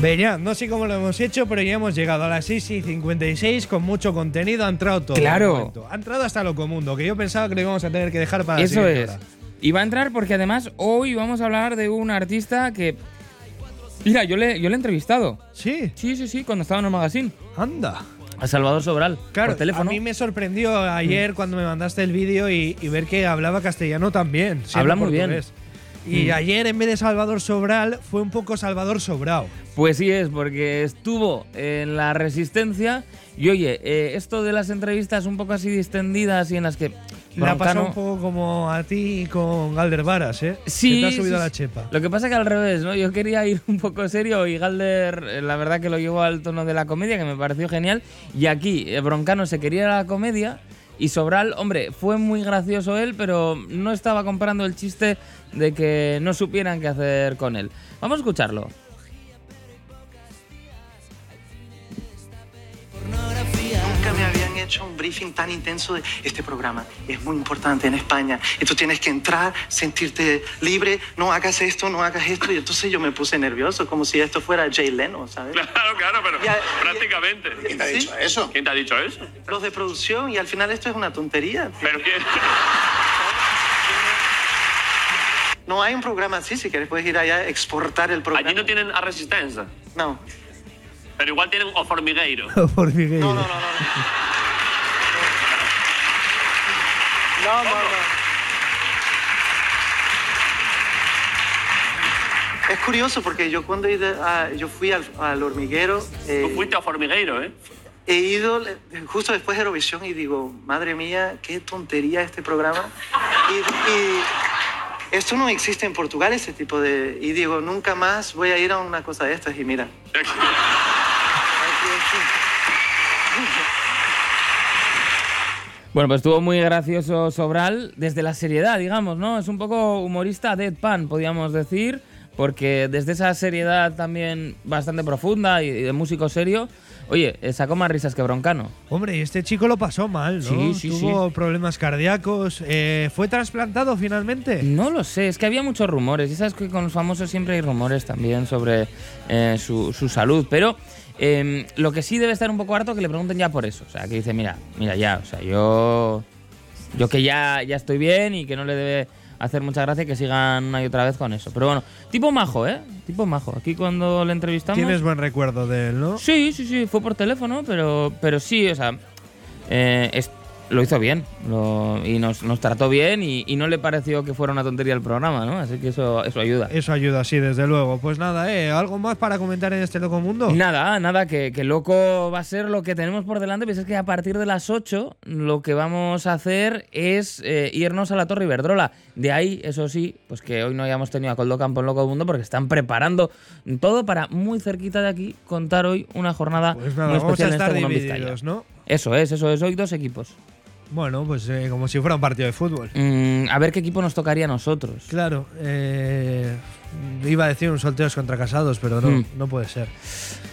Beñat, no sé cómo lo hemos hecho, pero ya hemos llegado a las 6 y 56 con mucho contenido. Ha entrado todo. Claro. de momento. Ha entrado hasta lo común, lo que yo pensaba que lo íbamos a tener que dejar para la Eso siguiente es. hora. Y va a entrar porque además hoy vamos a hablar de un artista que. Mira, yo le, yo le he entrevistado. Sí, Sí, sí, sí, cuando estaba en el magazine. anda. A Salvador Sobral. Claro, por teléfono. Mm. a mí me sorprendió ayer cuando me mandaste el vídeo y, y ver que hablaba castellano también. siendo Habla muy bien. Mm. portugués. Y ayer en vez de Salvador Sobral fue un poco Salvador Sobrao. Pues sí es, porque estuvo en la resistencia. Y oye, eh, esto de las entrevistas un poco así distendidas y en las que. La ha pasado Broncano- un poco como a ti con Galder Varas, ¿eh? Sí, Se te ha sí, subido sí. la chepa. Lo que pasa que al revés, ¿no? Yo quería ir un poco serio y Galder, eh, la verdad que lo llevó al tono de la comedia, que me pareció genial. Y aquí, eh, Broncano se quería ir a la comedia y Sobral, hombre, fue muy gracioso él, pero no estaba comprando el chiste de que no supieran qué hacer con él. Vamos a escucharlo. Nunca me habían hecho un briefing tan intenso de este programa. Es muy importante en España. Y tú tienes que entrar, sentirte libre, no hagas esto, no hagas esto. Y entonces yo me puse nervioso, como si esto fuera Jay Leno, ¿sabes? Claro, claro, pero Ya- prácticamente. ¿Quién te ha dicho eso? ¿Quién te ha dicho eso? Los de producción, y al final esto es una tontería. Pero quién- No hay un programa así, si quieres puedes ir allá a exportar el programa. allí no tienen a resistencia, No. pero igual tienen o formigueiro. Eh. Por Miguel. No, no, no, no. No, no, no. Es curioso porque yo cuando he ido a- yo fui al, al hormiguero, eh, Tú fuiste a formigueiro, ¿eh? he ido le- justo después de Eurovisión y digo, madre mía, qué tontería este programa. Y, y esto no existe en Portugal, este tipo de... Y digo, nunca más voy a ir a una cosa de estas y mira. Bueno, pues estuvo muy gracioso Sobral desde la seriedad, digamos, ¿no? Es un poco humorista deadpan, podríamos decir, porque desde esa seriedad también bastante profunda y y de músico serio, oye, eh, sacó más risas que Broncano. Hombre, y este chico lo pasó mal, ¿no? Sí, sí, Tuvo problemas cardíacos. eh, ¿Fue trasplantado finalmente? No lo sé, es que había muchos rumores, y sabes que con los famosos siempre hay rumores también sobre eh, su, su salud, pero eh, lo que sí debe estar un poco harto que le pregunten ya por eso, o sea, que dice, mira, mira ya, o sea, yo Yo que ya, ya estoy bien y que no le debe hacer mucha gracia que sigan una y otra vez con eso. Pero bueno, tipo majo, ¿eh? Tipo majo. Aquí cuando le entrevistamos... Tienes buen recuerdo de él, ¿no? Sí, sí, sí, fue por teléfono, pero, pero sí, o sea, eh, es- lo hizo bien lo- y nos, nos trató bien y, y no le pareció que fuera una tontería el programa, ¿no? Así que eso, eso ayuda. Eso ayuda, sí, desde luego. Pues nada, ¿eh? ¿Algo más para comentar en este loco mundo? Nada, nada, que, que loco va a ser lo que tenemos por delante, pues es que a partir de las 8 lo que vamos a hacer es eh, irnos a la Torre Iberdrola. De ahí, eso sí, pues que hoy no hayamos tenido a Coldo Campo en Loco Mundo porque están preparando todo para muy cerquita de aquí contar hoy una jornada Pues nada, muy vamos a especial en estar este Mundo en Vizcaya. divididos, ¿no? Eso es, eso es, hoy dos equipos. Bueno, pues eh, como si fuera un partido de fútbol. Mm, a ver qué equipo nos tocaría a nosotros. Claro, eh, iba a decir un solteros contra casados, pero no, Mm. no puede ser.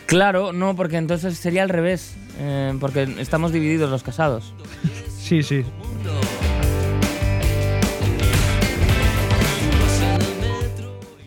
Claro, no, porque entonces sería al revés, eh, porque estamos divididos los casados. Sí, sí.